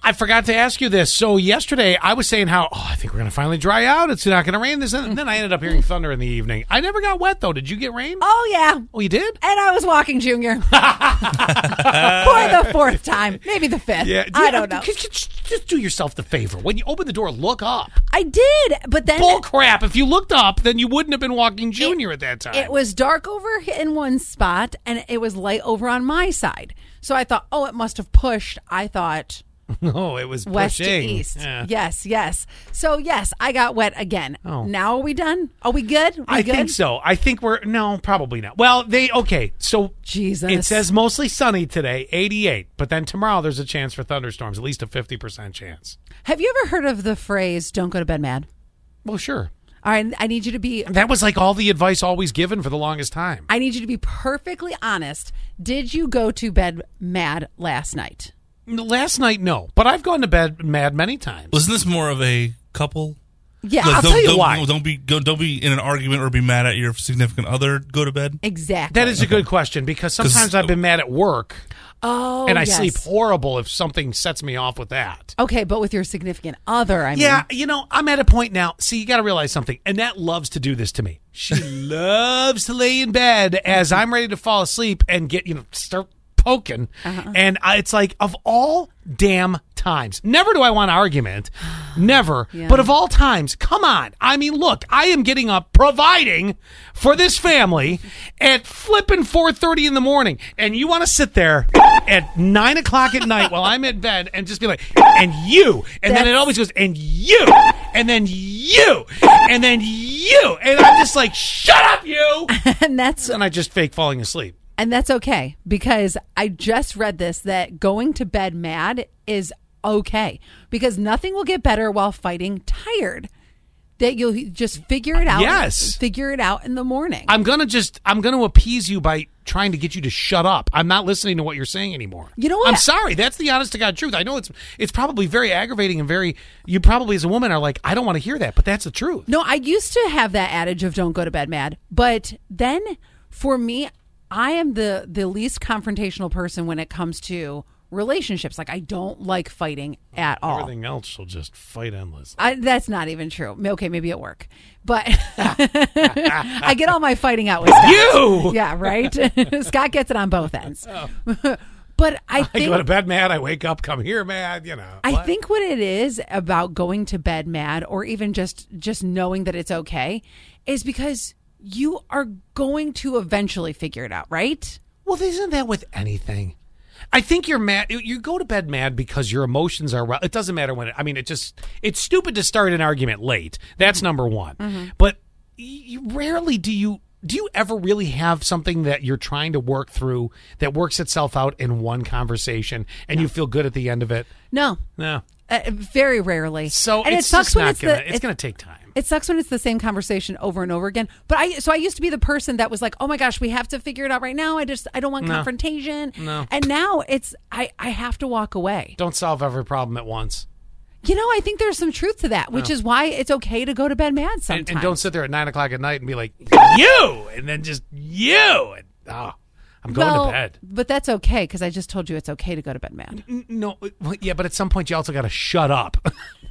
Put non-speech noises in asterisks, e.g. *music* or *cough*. I forgot to ask you this. So yesterday I was saying how oh, I think we're gonna finally dry out. It's not gonna rain this, and then I ended up hearing thunder in the evening. I never got wet though. Did you get rain? Oh yeah. Oh, you did. And I was walking *laughs* junior for the fourth time, maybe the fifth. I don't know. Just- Just just do yourself the favor. When you open the door, look up. I did, but then Bull crap. If you looked up, then you wouldn't have been walking junior at that time. it was dark over in one spot and it was light over on my side. So I thought, oh, it must have pushed. I thought *laughs* no, Oh, it was west pushing. to east. Yeah. Yes, yes. So yes, I got wet again. Oh. Now are we done? Are we good? We I good? think so. I think we're no, probably not. Well, they okay. So Jesus. it says mostly sunny today, 88. But then tomorrow there's a chance for thunderstorms, at least a 50% chance. Have you ever heard of the phrase "Don't go to bed mad"? Well, sure. All right, I need you to be. That was like all the advice always given for the longest time. I need you to be perfectly honest. Did you go to bed mad last night? Last night, no, but I've gone to bed mad many times. Wasn't this more of a couple? Yeah. Like, I'll don't, tell you don't, why. Don't be go, don't be in an argument or be mad at your significant other. Go to bed. exactly. That is a good question because sometimes I've been mad at work Oh, and I yes. sleep horrible if something sets me off with that. Okay, but with your significant other, I mean, Yeah, you know, I'm at a point now. See, you got to realize something. Annette loves to do this to me. *laughs* She loves to lay in bed as I'm ready to fall asleep and get, you know, start poking. Uh-huh. And I, it's like, of all damn times, never do I want an *sighs* argument. Never. Yeah. But of all times, come on. I mean, look, I am getting up providing for this family at flipping 4.30 in the morning. And you want to sit there at 9 o'clock at night while I'm in bed and just be like, and you. And then it That's- always goes, and you, and then you, and then you, and I'm just like, shut up, you. *laughs* and that's And I just fake falling asleep. and that's okay because I just read this that going to bed mad is okay because nothing will get better while fighting tired. That you'll just figure it out. Yes. figure it out in the morning. I'm gonna just, I'm gonna appease you by trying to get you to shut up. I'm not listening to what you're saying anymore. You know what? I'm sorry. That's the honest to god truth. I know it's, it's probably very aggravating and very. You probably as a woman are like, I don't want to hear that, but that's the truth. No, I used to have that adage of don't go to bed mad, but then for me, I am the the least confrontational person when it comes to relationships. Like I don't like fighting at all. Everything else will just fight endlessly. I, that's not even true. Okay, maybe at work, but *laughs* I get all my fighting out with Scott. You. Yeah, right. *laughs* Scott gets it on both ends. *laughs* but I I think go to bed mad. I wake up, come here mad. You know. I think what it is about going to bed mad or even just just knowing that it's okay is because you are going to eventually figure it out, right? Well, isn't that with anything? I think you're mad. You go to bed mad because your emotions are. ri- It doesn't matter when. It, I mean, it just. It's stupid to start an argument late. Mm-hmm. That's number one. But y- you rarely do you. Do you ever really have something that you're trying to work through that works itself out in one conversation and you feel good at the end of it? No. No. Uh, very rarely. So and it's it sucks just when not it's gonna. the, it's gonna take time. It sucks when it's the same conversation over and over again. But I so I used to be the person that was like, "Oh my gosh, we have to figure it out right now. I just I don't want confrontation." No. And now it's I I have to walk away. Don't solve every problem at once. You know, I think there's some truth to that, which is why it's okay to go to bed mad sometimes. And, and don't sit there at nine o'clock at night and be like you, and then just you. And, oh, I'm going well, to bed. But that's okay because I just told you it's okay to go to bed mad. No, well, yeah, but at some point you also got to shut up. *laughs*